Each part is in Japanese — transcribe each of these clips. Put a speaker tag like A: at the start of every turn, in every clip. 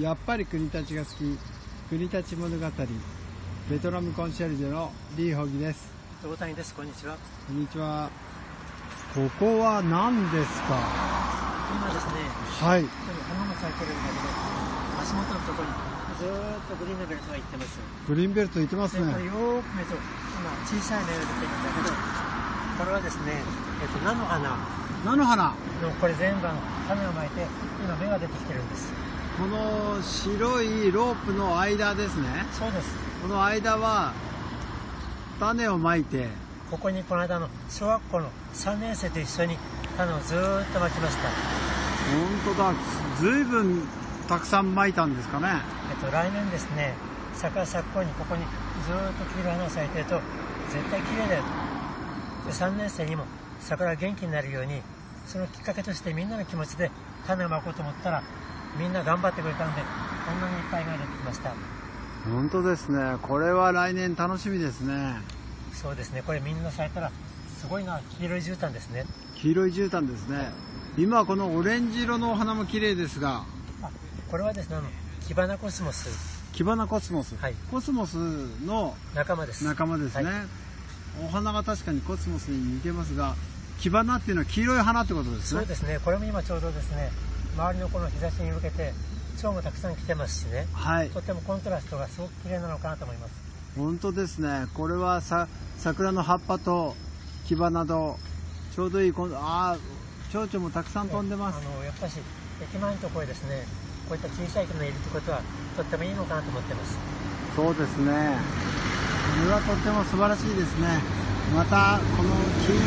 A: やっぱり国立が好き国立物語ベトナムコンシェルジュのリー・ホギです
B: 大谷ですこんにちは
A: こんにちはここは何ですか
B: 今ですね
A: はい
B: ここに花も咲いてるんだけど足元のところにずーっとグリーンのベルトが行ってます
A: グリーンベルト行ってます
B: でこれ
A: ね
B: よーく見ると今小さい芽が出てるんだけどこれはですねえっと菜の花
A: 菜の花
B: のこれ全部種をまいて今芽が出てきてるんです
A: この白いロープの間ですね
B: そうです
A: この間は種をまいて
B: ここにこの間の小学校の3年生と一緒に種をずーっとまきました
A: 本当だずいぶんたくさんまいたんですかね
B: えっと、来年ですね、桜咲く頃にここにずーっと黄色い花が咲いてると、絶対綺麗だよと。で、3年生にも桜が元気になるように、そのきっかけとしてみんなの気持ちで種をまこうと思ったら、みんな頑張ってくれたんで、こんなにいっぱい芽が出てきました。
A: 本当ですねこれは来年楽しみですね
B: そうですね、これみんな咲いたら、すごいな、黄色い絨毯ですね。
A: 黄色い絨毯ですね今このオレンジ色のお花も綺麗ですが
B: あ、これはですね、あの、キバナコスモス、
A: キバナコスモス、
B: はい
A: コスモスの
B: 仲間です。
A: 仲間ですね、
B: はい
A: お花が確かにコスモスに似てますがキバナっていうのは黄色い花ってことです
B: そう
A: ね
B: ですね、これも今ちょうどですね、周りのこの日差しに向けて、蝶もたくさん来てますしね。
A: はい
B: とてもコントラストがすごく綺麗なのかなと思います。
A: 本当ですねこれはさ桜の葉っぱとキバナとちょうどいいこのああ蝶々もたくさん飛んでます
B: あのやっぱり駅前のところへですね、こういった小さい車がいるってことはとってもいいのかなと思ってます。
A: そうですね。これはとっても素晴らしいですね。また、この黄色い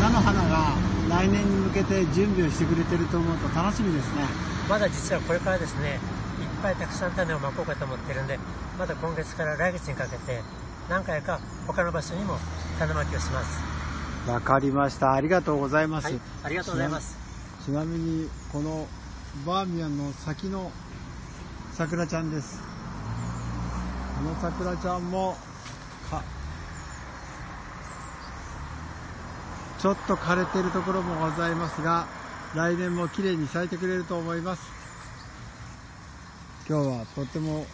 A: 菜の花が来年に向けて準備をしてくれてると思うと楽しみですね。
B: まだ実はこれからですね、いっぱいたくさん種をまこうかと思ってるんで、まだ今月から来月にかけて何回か他の場所にも種まきをします。
A: わかりました。ありがとうございま
B: はい、ありがとうございます。
A: ちなみに、このバーミヤンの先の桜ちゃんです。この桜ちゃんも、か、ちょっと枯れてるところもございますが、来年も綺麗に咲いてくれると思います。今日はとっても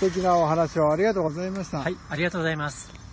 A: 素敵なお話をありがとうございました。
B: はい、ありがとうございます。